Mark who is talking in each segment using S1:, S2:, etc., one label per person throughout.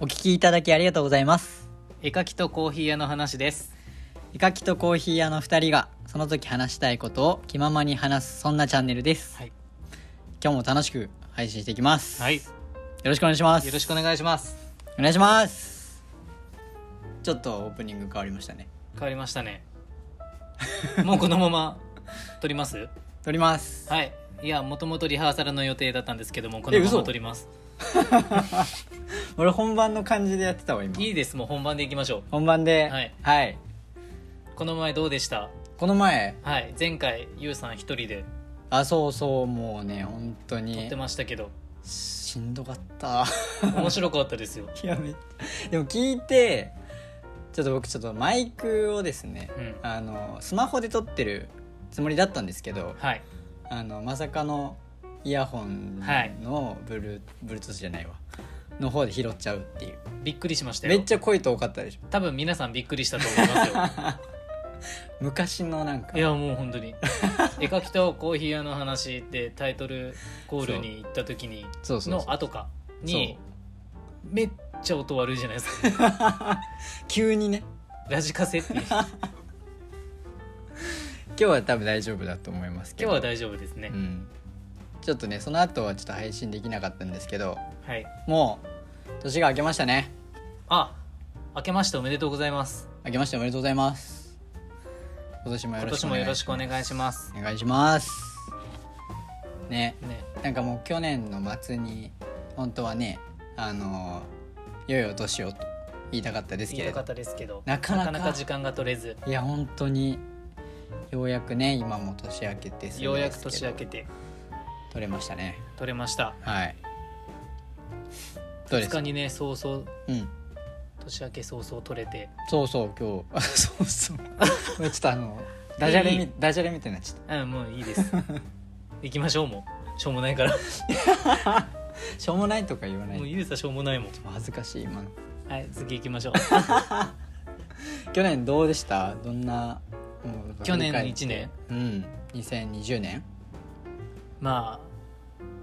S1: お聞きいただきありがとうございます
S2: 絵描きとコーヒー屋の話です
S1: 絵描きとコーヒー屋の2人がその時話したいことを気ままに話すそんなチャンネルです、
S2: はい
S1: 今日も楽しく配信していきます、
S2: はい
S1: よろしくお願いします
S2: よろしくお願いします
S1: お願いしますちょっとオープニング変わりましたね
S2: 変わりました ねもうこのまま 撮ります
S1: 撮ります
S2: はいいやもともとリハーサルの予定だったんですけどもこのま
S1: 嘘
S2: ま撮ります
S1: 俺本番の感じでやってたわ今
S2: いいですもう本番でいきましょ
S1: 本番では
S2: はい
S1: はい、
S2: うこの前どうでした
S1: この前
S2: はい前回ゆうさん一人で
S1: あそうそうもうね本当
S2: 撮っ
S1: に
S2: てましたけど
S1: しんどかった
S2: 面白かったですよ
S1: いやめっでも聞いてちょっと僕ちょっとマイクをですね
S2: うん
S1: あのスマホで撮ってるつもりだったんですけど
S2: はい
S1: あのまさかのイヤホン
S2: はい
S1: のブル,、ブルートゥースじゃないわの方で拾っちゃうっていう
S2: びっくりしましたよ
S1: めっちゃ声遠かったでしょ
S2: 多分皆さんびっくりしたと思いますよ
S1: 昔のなんか
S2: いやもう本当 に絵描きとコーヒー屋の話ってタイトルコールに行った時に
S1: そうそうそう
S2: の後かにめっちゃ音悪いじゃないですか
S1: 急にね
S2: ラジカ セっていう今
S1: 今日は多分大丈夫だと思いますけ
S2: 日
S1: ど
S2: は大丈夫ですね、
S1: うん、ちょっとねその後はちょっと配信できなかったんですけど
S2: はい
S1: もう年が明けましたね
S2: あ明けましておめでとうございます
S1: 明けましておめでとうございます今年もよ
S2: 今
S1: ろし
S2: 年
S1: くお
S2: も
S1: 願
S2: よろ
S1: い
S2: し
S1: し
S2: くお
S1: ます
S2: 願いします
S1: お願いしますね
S2: ね
S1: なんかもう去年の末に本当はねあの良いお年をと言いたかったですけ
S2: 言い
S1: れ
S2: たか
S1: ど
S2: ったですけど
S1: なかなか
S2: 時間が取れず
S1: いや本当にようやくね今も年明けてすぐ
S2: ようやく
S1: です
S2: 年
S1: ど
S2: 明けて
S1: 取れましたね
S2: 取れました
S1: はいどうで
S2: 2
S1: すか
S2: 日にね早々
S1: うん
S2: 年明け早々取れて
S1: そうそう今日 あそう そうちょっとあのダジャレみダジャレみたいになっちゃっ
S2: うんもういいです 行きましょうもうしょうもないから
S1: たしょうもないとか言わない
S2: もうゆうさしょうもないもん
S1: 恥ずかしい今の
S2: はい次行きましょう
S1: 去年どうでしたどんなもう
S2: 去年の
S1: 振り
S2: 1年
S1: 返ってうん2020年
S2: ま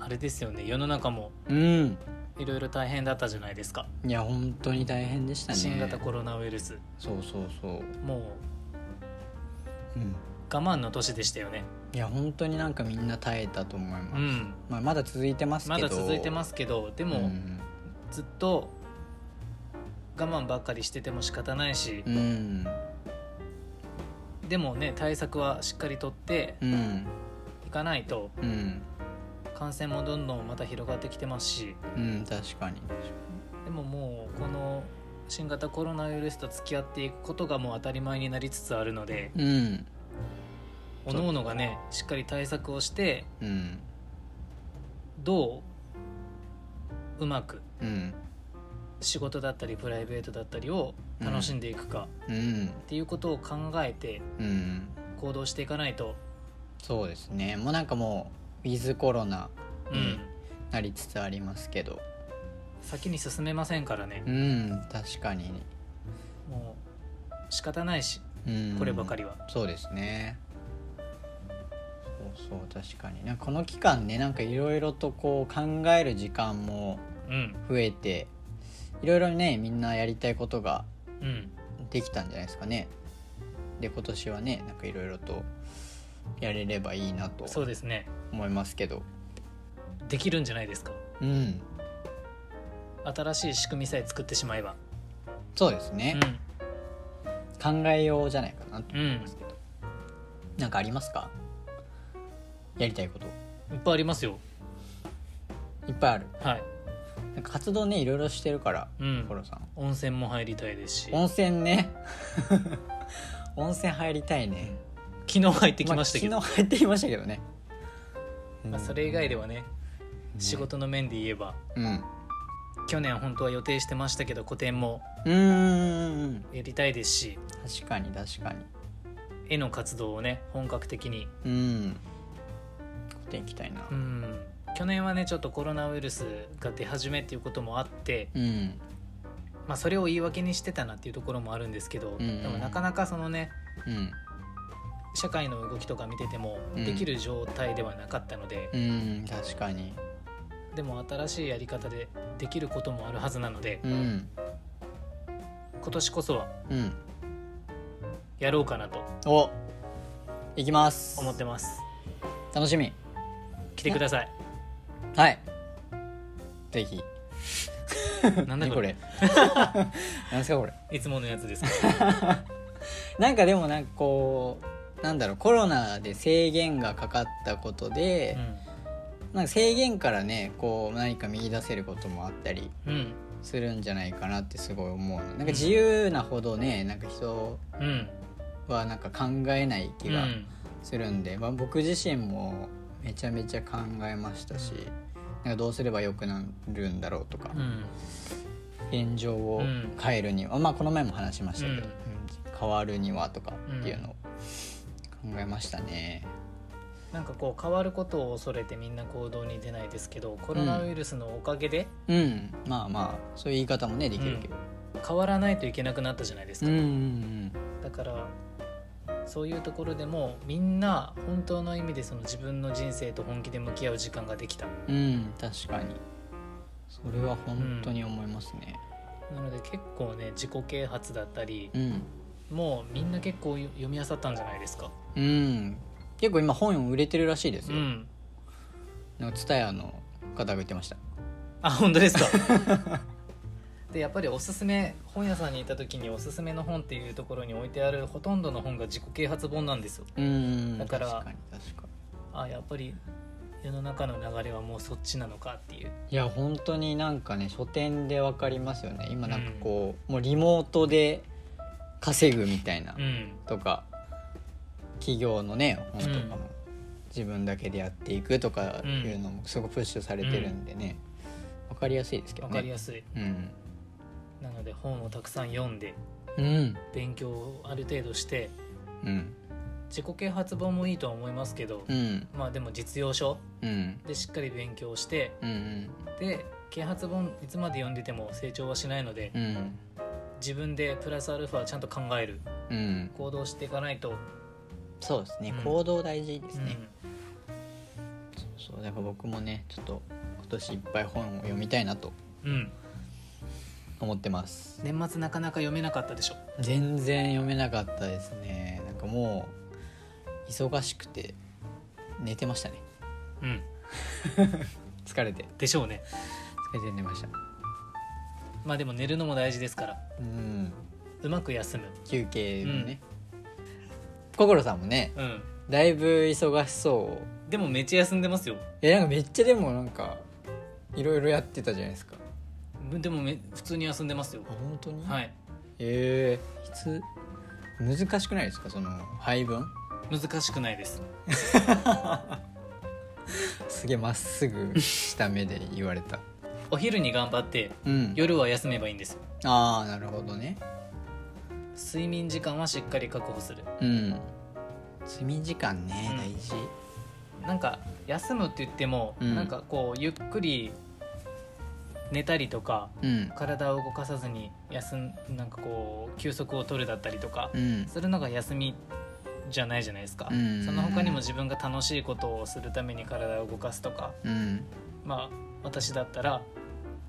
S2: ああれですよね世の中も
S1: うん
S2: いろいろ大変だったじゃないですか、
S1: いや本当に大変でしたね
S2: 新型コロナウイルス
S1: そうそうそう
S2: も
S1: うん
S2: う我慢の年でしたよね
S1: いや本当になんかみんな耐えたと思います、
S2: うん
S1: まあ、まだ続いてますけ
S2: ま
S1: ど
S2: だ続いてますけどでも、
S1: うん、
S2: ずっと我慢ばっかりしてても仕方ないし
S1: う、ん
S2: でもね対策はしっかりとって
S1: うん
S2: いかないと
S1: うん
S2: 感染もどんどんまた広がってきてますし
S1: うん確かに
S2: でももうこの新型コロナウイルスと付き合っていくことがもう当たり前になりつつあるので
S1: うん
S2: 各々がねしっかり対策をして
S1: うん
S2: どううまく
S1: うん
S2: 仕事だったりプライベートだったりを楽しんでいくか
S1: うん
S2: っていうことを考えて
S1: うん
S2: 行動していかないと、
S1: そうですねもうなんかもうウィズコロナ
S2: うん
S1: うんなりつつありますけど
S2: 先に進めませんからね
S1: うん確かに、
S2: もう仕方ないし
S1: うん、
S2: こればかりは、
S1: そうですねそうそう確かになんかこの期間ねなんかいろいろとこう考える時間も
S2: うん
S1: 増えていろいろねみんなやりたいことが
S2: うん
S1: できたんじゃないですかねで今年はねなんかいろいろとやれればいいなと
S2: そうですね
S1: 思いますけど
S2: できるんじゃないですか
S1: うん
S2: 新しい仕組みさえ作ってしまえば
S1: そうですね、考えようじゃないかなと
S2: うん、うん、い
S1: なんかありますかやりたいこと
S2: っぱいありますよ
S1: いっぱいある
S2: はい、
S1: なんか活動ねいろいろしてるから
S2: うん
S1: コ、ロさん
S2: 温泉も入りたいですし
S1: 温泉ね 温泉入りたいね
S2: 昨日入ってきましたけど、
S1: あ昨日入ってきましたけどね、
S2: まあそれ以外で
S1: は、
S2: はね仕事の面で言えば
S1: うん
S2: 去年本当は予定してましたけど個展も
S1: うーん
S2: やりたいですし
S1: 確かに確かに
S2: 絵の活動をね本格的に
S1: うん古典行きたいな
S2: うん去年はねちょっとコロナウイルスが出始めっていうこともあって、
S1: うん
S2: まあ、それを言い訳にしてたなっていうところもあるんですけ
S1: ん
S2: ど、
S1: うん
S2: でもなかなかそのね
S1: うん
S2: 社会の動きとか見てても
S1: うん
S2: できる状態ではなかったので、
S1: うん確かに
S2: でも新しいやり方でできることもあるはずなので、
S1: うん
S2: 今年こそは
S1: うん
S2: やろうかなと
S1: お行きます
S2: 思ってます
S1: 楽しみ
S2: 来てください
S1: はいぜひ
S2: なん だ
S1: 何
S2: こ
S1: こ
S2: れ
S1: れ 何ですかこれ
S2: いつものやつですか
S1: なんかでもなんかこうなんだろうコロナで制限がかかったことで、なんか制限からねこう何か見出せることもあったり
S2: うんうん
S1: するんじゃないかなってすごい思うのなんか自由なほどねなんか人
S2: うん
S1: はなんか考えない気
S2: う
S1: が
S2: ん
S1: するんで、まあ、僕自身もめちゃめちゃ考えましたし、なんかどうすればよくなるんだろうとか、
S2: うん
S1: 現状を
S2: うん
S1: 変えるには、まあこの前も話しましたけど、
S2: うん
S1: うん変わるにはとかっていうのを考えましたね。
S2: なんかこう変わることを恐れてみんな行動に出ないですけどコロナウイルスのおかげで
S1: うん、まあまあそういう言い方もねできるけど、
S2: 変わらないといけなくなったじゃないです
S1: うん
S2: か、
S1: うんうん
S2: だからそういうところでもみんな本当の意味でその自分の人生と本気で向き合う時間ができた
S1: うん、確かにそれは本当に思いますね。
S2: なので結構ね自己啓発だったり
S1: うん、
S2: もうみんな結構よ読み漁ったんじゃないですか
S1: うん結構今本売れてるらしいです
S2: う
S1: よ。
S2: ん
S1: なんかツタヤの方が言ってました。
S2: あ本当ですか でやっぱりおすすめ本屋さんに行った時におすすめの本っていうところに置いてあるほとんどの本が自己啓発本なんですよ
S1: うん
S2: だから
S1: 確かに確かに
S2: あやっぱり世の中の流れはもうそっちなのかっていう
S1: いや本当になんかね書店でわかりますよね今なんかこう、もうリモートで稼ぐみたいな、
S2: うん
S1: とか企業のね本とかも、
S2: うん
S1: 自分だけでやっていくとかいうのもすごくプッシュされてるんでね、わかりやすいですけど
S2: わ
S1: ね
S2: かりやすい、
S1: うん、
S2: なので本をたくさん読んで
S1: うん
S2: 勉強をある程度して
S1: うん
S2: 自己啓発本もいいとは思いますけど、
S1: うん
S2: まあでも実用書
S1: うん
S2: でしっかり勉強して
S1: うんうん
S2: で啓発本いつまで読んでても成長はしないので
S1: うん
S2: 自分でプラスアルファちゃんと考える
S1: うん
S2: 行動していかないと、
S1: そうですね、
S2: うん
S1: 行動大事です
S2: うん
S1: ね、そうだから僕もねちょっと今年いっぱい本を読みたいなと
S2: うん
S1: 思ってます
S2: 年末なかなか読めなかったでしょ
S1: 全然読めなかったですねなんかもう忙しくて寝てましたね
S2: うん
S1: 疲れて
S2: でしょうね
S1: 疲れて寝ました
S2: まあでも寝るのも大事ですから
S1: うん
S2: うまく休む
S1: 休憩もね、心さんもね
S2: うん
S1: だいぶ忙しそう
S2: でもめっちゃ休んでますよ
S1: えなんかめっちゃでもなんかいろいろやってたじゃないですか
S2: でもめ普通に休んでますよ
S1: あ本当に
S2: はいい
S1: えー、いつ難しくないですかその配分
S2: 難しくないです
S1: すげえまっす ぐした目で言われた
S2: お昼に頑張って
S1: うん
S2: 夜は休めばいいんですよ
S1: ああなるほどね
S2: 睡眠時間はしっかり確保する
S1: うん睡眠時間ね、
S2: うん
S1: 大事
S2: なんか休むって言っても、
S1: うん
S2: なんかこうゆっくり寝たりとか
S1: うん
S2: 体を動かさずに休んなんかこう休息を取るだったりとか
S1: うん
S2: するのが休みじゃないじゃないですか、
S1: うん
S2: その他にも自分が楽しいことをするために体を動かすとか
S1: うん
S2: まあ私だったら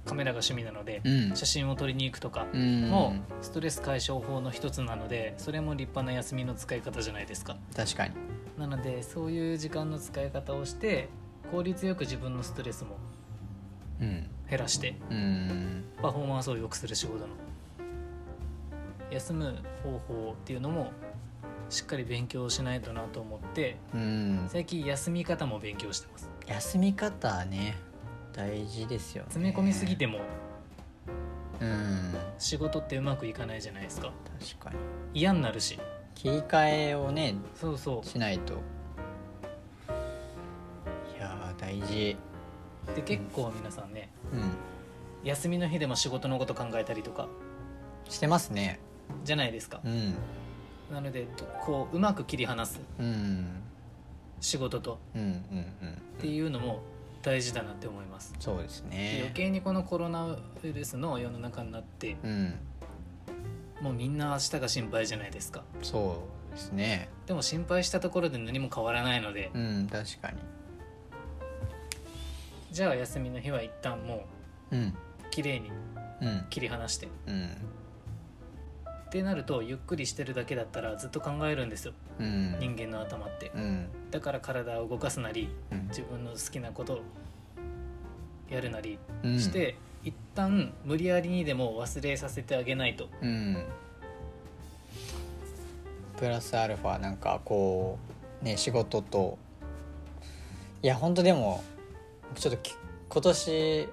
S2: カメラが趣味なので
S1: うん
S2: 写真を撮りに行くとか
S1: うん
S2: もストレス解消法の一つなのでそれも立派な休みの使い方じゃないですか
S1: 確かに
S2: なのでそういう時間の使い方をして効率よく自分のストレスも
S1: うん
S2: 減らして
S1: うん
S2: パフォーマンスを良くする仕事の休む方法っていうのもしっかり勉強しないとなと思って
S1: うん
S2: 最近休み方も勉強してます
S1: 休み方はね大事ですよ、ね、
S2: 詰め込みすぎても
S1: うん
S2: 仕事ってうまくいかないじゃないですか
S1: 確かに
S2: 嫌になるし
S1: 切り替えをね
S2: そうそ
S1: しないといやー大事
S2: うで結構皆さんね
S1: うん
S2: 休みの日でも仕事のこと考えたりとか
S1: してますね
S2: じゃないですか
S1: うん
S2: なのでどこううまく切り離す
S1: うん
S2: 仕事と
S1: うんうん
S2: っていうのも大事だなって思います
S1: そうですね
S2: 余計にこのコロナウイルスの世の中になって
S1: うん
S2: もうみんな明日が心配じゃないですか
S1: そうですね
S2: でも心配したところで何も変わらないので
S1: うん確かに
S2: じゃあ休みの日は一旦も
S1: うん
S2: う綺麗に
S1: うん
S2: 切り離してっ
S1: うん
S2: てなるとゆっくりしてるだけだったらずっと考えるんですよ
S1: うん
S2: 人間の頭って
S1: うん
S2: だから体を動かすなり
S1: うん
S2: 自分の好きなことをやるなり
S1: うん
S2: して、一旦無理やりにでも忘れさせてあげないと
S1: うんプラスアルファなんかこうね仕事といや本当でもちょっとき今年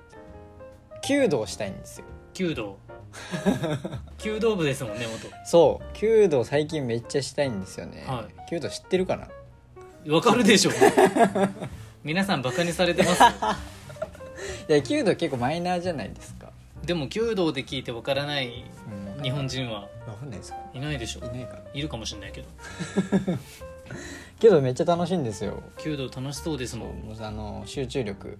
S1: 弓道したいんですよ
S2: 弓道 弓道部ですもんね
S1: そう弓道最近めっちゃしたいんですよね、
S2: は
S1: 弓道知ってるかな
S2: 元わかるでしょ皆さんバカにされてます
S1: いや弓道結構マイナーじゃないですか、
S2: でも弓道で聞いてわからない
S1: うん、
S2: 日本人は
S1: わかんないですかね
S2: いないでしょ
S1: いないかない
S2: るかもしれないけど
S1: 弓道めっちゃ楽しいんですよ
S2: 弓道楽しそうですも
S1: も
S2: ん
S1: うあの集中力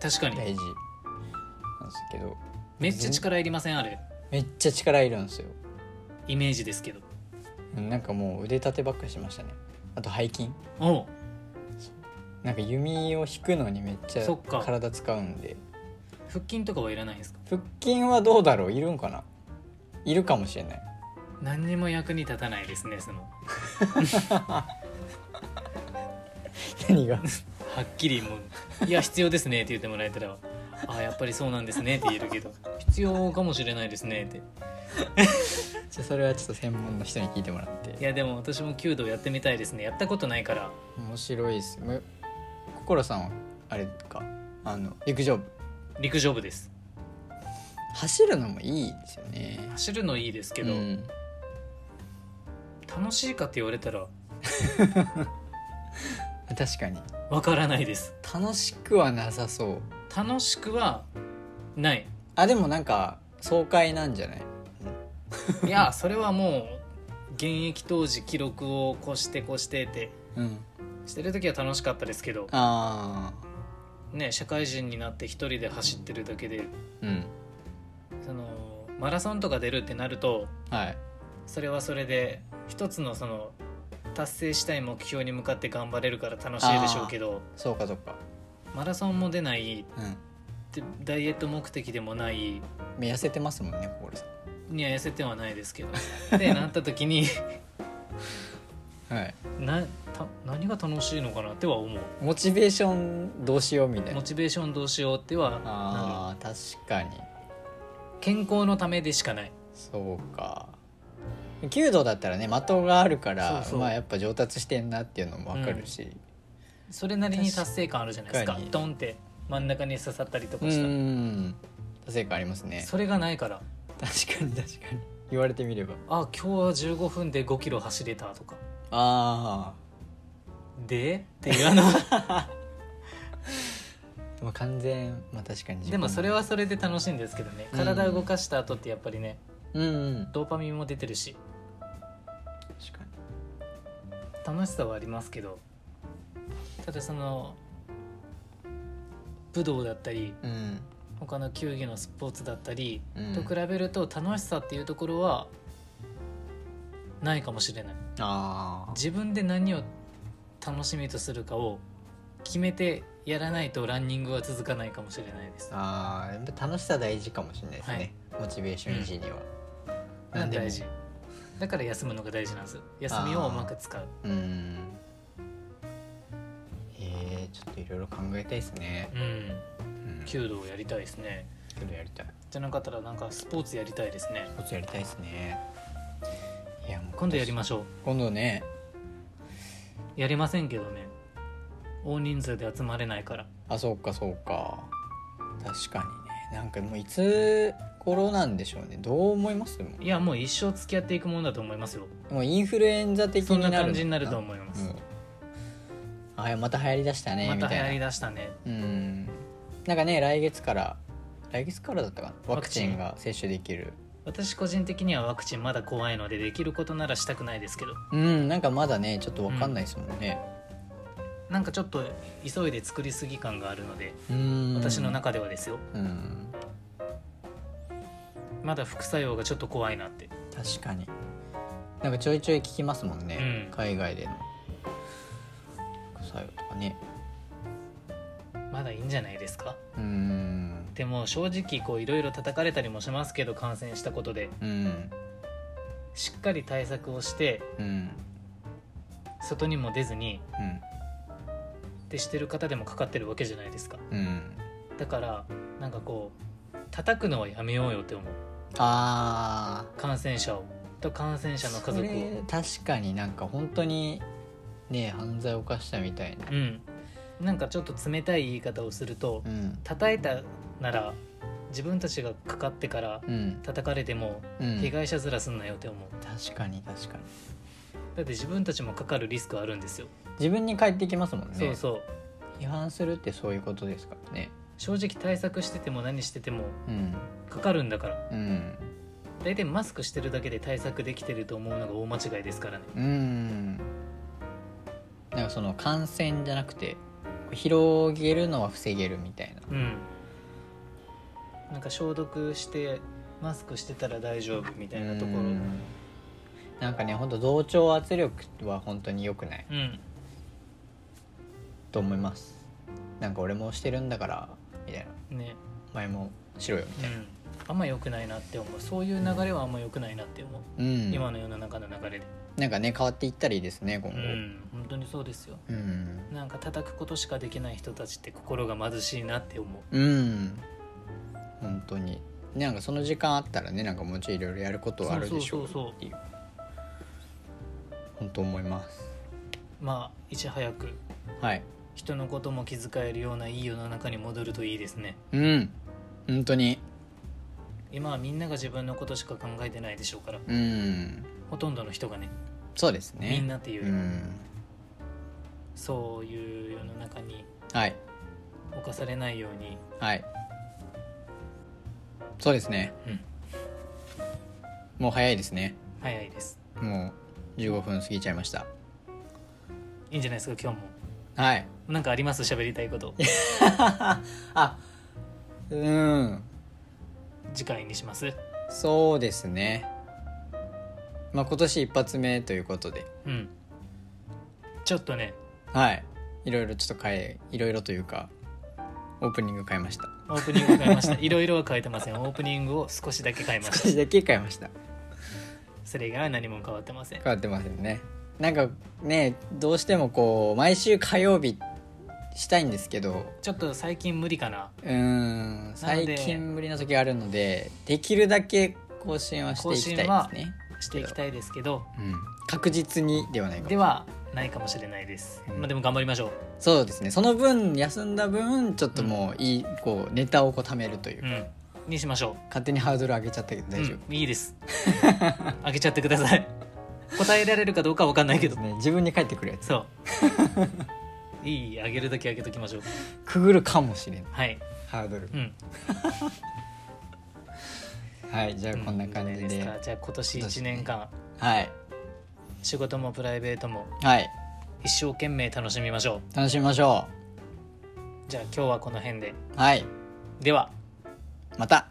S2: 確かに
S1: 大事なんですけど
S2: めっちゃ力いりませんあれ
S1: めっちゃ力いるんですよ
S2: イメージですけど
S1: うんなんかもう腕立てばっかりしましたねあと背筋
S2: おう
S1: なんか弓を引くのにめっちゃ
S2: そっか
S1: 体使うんで
S2: 腹筋とかはいらないんですか
S1: 腹筋はどうだろういるんかないるかもしれ ない
S2: 何にも役に立たないですねその
S1: 何が
S2: はっきりも う「いや必要ですね」って言ってもらえたら「あやっぱりそうなんですね」って言えるけど「 必要かもしれないですね」って
S1: じゃあそれはちょっと専門の人に聞いてもらって
S2: いやでも私も弓道やってみたいですねやったことないから
S1: 面白いですむ心さんはあれかあの陸上部
S2: 陸上部です
S1: 走るのもいいですよね
S2: 走るのいいですけど、
S1: うん
S2: 楽しいかって言われたら
S1: 確かに
S2: わからないです
S1: 楽しくはなさそう
S2: 楽しくはない
S1: あでもなんか爽快なんじゃない
S2: い やそれはもう現役当時記録を越して越してって
S1: うん
S2: してる時は楽しかったですけど
S1: あ
S2: ね社会人になって一人で走ってるだけで
S1: あうん
S2: そのマラソンとか出るってなると
S1: はい
S2: それはそれで一つのその達成したい目標に向かって頑張れるから楽しいでしょうけど
S1: そうかそうか
S2: マラソンも出ない
S1: うん
S2: でダイエット目的でもない
S1: 目痩せてますもんね心さ
S2: には痩せてはないですけ どでなった時に
S1: んはい
S2: なた何が楽しいのかなっては思う
S1: モチベーションどうしようみたい
S2: モ
S1: な
S2: チベーションどうしようってはなる
S1: あー確かに
S2: 健康のためでしかない
S1: そうか弓道だったらね的があるから
S2: そうそう
S1: まあやっぱ上達してんなっていうのも分かるし
S2: それなりに達成感あるじゃないですか
S1: 確かに
S2: ドンって真ん中に刺さったりと
S1: う
S2: か
S1: ん
S2: したら、
S1: 達成感ありますね
S2: それがないから
S1: 確かに確かに言われてみれば
S2: あ今日は15分で5キロ走れたとか
S1: あ
S2: でって言わない
S1: あまあ完全まあ確かに自己
S2: でもそれはそれで楽しいんですけどね
S1: うん
S2: 体を動かした後ってやっぱりね
S1: うんうん
S2: ドーパミンも出てるし
S1: 確かに
S2: 楽しさはありますけどただその武道だったり
S1: うん
S2: 他の球技のスポーツだったり
S1: うん
S2: と比べると楽しさっていうところはないかもしれない
S1: あ
S2: 自分で何を楽しみとするかを決めてやらないとランニングは続かないかもしれないです
S1: あああやっぱ楽しさ大事かもしれないですね、モチベーション維持には、なんでも
S2: 大事だから休むのが大事なんです休みをうまく使う
S1: うーんえー、ちょっといろいろ考えたいですね。
S2: うん
S1: うん、ちょ
S2: 弓道やりたいですね
S1: っとやりたい。
S2: じゃなかったらなんかスポーツやりたいですね
S1: 一つやりたいですね。いやもう
S2: 今度やり
S1: す。
S2: ましょ
S1: 今度ね、
S2: うやりませんけどね大人数で集まれないから
S1: あそうかそうか。確かにね、なんかもういつ頃なんでしょうね。どう思いますも
S2: いやもう一生付き合っていくものだと思いますよ
S1: うもうインフルエンザ的
S2: そ
S1: に
S2: ん
S1: な
S2: な
S1: る
S2: 感じになる
S1: う。
S2: と思います、
S1: もうあまた流行りだしたねみ
S2: また
S1: た
S2: 流行
S1: い
S2: り
S1: な。
S2: だしたね
S1: うん。なんかね来月から来月からだったかなワクチンが接種できる。
S2: 私個人的にはワクチンまだ怖いのでできることならしたくないですけど
S1: うんなんかまだねちょっとわかんないですもんね、
S2: なんかちょっと急いで作りすぎ感があるので
S1: うん
S2: 私の中ではですよ
S1: うん
S2: まだ副作用がちょっと怖いなって
S1: 確かになんかちょいちょい聞きますもんね、
S2: うん
S1: 海外での副作用とかね
S2: まだいいんじゃないですか
S1: うん
S2: でも正直こういろいろ叩かれたりもしますけど感染したことで
S1: うん
S2: しっかり対策をして
S1: うん
S2: 外にも出ずに
S1: うん
S2: ってしてる方でもかかってるわけじゃないですか
S1: うん
S2: だからなんかこう叩くのはやめようよって思う
S1: ああ
S2: 感染者をと感染者の家
S1: そ
S2: 族を
S1: れ確かになんか本当にね犯罪を犯したみたいな
S2: うんなんかちょっと冷たい言い方をすると
S1: うん
S2: 叩いたなら自分たちがかかってから
S1: うん、
S2: 叩かれても
S1: うん、
S2: 被害者面すんなよって思う
S1: 確かに確かに
S2: だって自分たちもかかるリスクあるんですよ、
S1: 自分に返ってきますもんね
S2: そうそう
S1: 違反するってそういうことですからね
S2: 正直対策してても何してても
S1: うん
S2: かかるんだから
S1: うん
S2: 大体マスクしてるだけで対策できてると思うのが大間違いですからね
S1: うんなんかその感染じゃなくて広げるのは防げるみたいな
S2: うんなんか消毒してマスクしてたら大丈夫みたいなところ
S1: うんなんかね本当同調圧力は本当に良くない
S2: うん
S1: と思いますなんか俺もしてるんだからみたいな
S2: ね
S1: お前もしろよみ
S2: う
S1: たいなん
S2: あんま良くないなって思うそういう流れはあんま良くないなって思う、
S1: うん
S2: 今の世の中の流れで
S1: なんかね変わっていったらいいですね今
S2: う
S1: 後
S2: ん本当にそうですよ
S1: うん
S2: なんか叩くことしかできない人たちって心が貧しいなって思う
S1: うん本当になんかその時間あったらねなんかもうちょいいろいろやることはあるでしょう
S2: そうそうそうそう
S1: っていう本当思います
S2: まあいち早く
S1: はい
S2: 人のことも気遣えるようないい世の中に戻るといいですね
S1: うん本当に
S2: 今はみんなが自分のことしか考えてないでしょうから
S1: うん
S2: ほとんどの人がね
S1: そうですね
S2: みんなっていううよりも、
S1: ん
S2: そういう世の中に
S1: はい
S2: 侵されないように
S1: はいそうですね、
S2: うん
S1: もう早いですね
S2: 早いです
S1: もう15分過ぎちゃいました
S2: いいんじゃないですか今日も
S1: はい
S2: なんかあります喋りたいこと
S1: あうん
S2: 次回にします
S1: そうですねまあ今年一発目ということで
S2: うんちょっとね
S1: はいいろいろちょっと変えいろいろというかオープニング変えました
S2: オープニング変えましたいろいろは変えてませんオープニングを少しだけ変えまし
S1: 少
S2: た
S1: しだけ変えました
S2: それ以外は何も変わってません
S1: 変わってませんねなんかねどうしてもこう毎週火曜日したいんですけど
S2: ちょっと最近無理かな
S1: うーん最近ぶりの時があるのでできるだけ更新はしていきたいですね
S2: していきたいですけど
S1: うん、確実にではないかもしれない
S2: ではないかもしれないです、
S1: うん
S2: まあでも頑張りましょ
S1: そうですねその分休んだ分ちょっともういい、こうネタをこう貯めるという
S2: うう
S1: か、
S2: んにしましょ
S1: 勝手にハードル上げちゃったけど
S2: う
S1: 大丈夫、
S2: うんいいです 開けちゃってください答えられるかどうかわかんないけど
S1: ね、自分に返ってくるやつ
S2: そういいあげるだけあげときましょう
S1: くぐるかもしれない
S2: はい
S1: ハードル
S2: うん
S1: はいじゃあこんな感じで,、
S2: いいすかじゃあ今年1年間
S1: はい
S2: 仕事もプライベートも
S1: はい
S2: 一生懸命楽しみましょう
S1: 楽しみましょ
S2: じゃあ今日はこの辺で
S1: うはい
S2: では
S1: また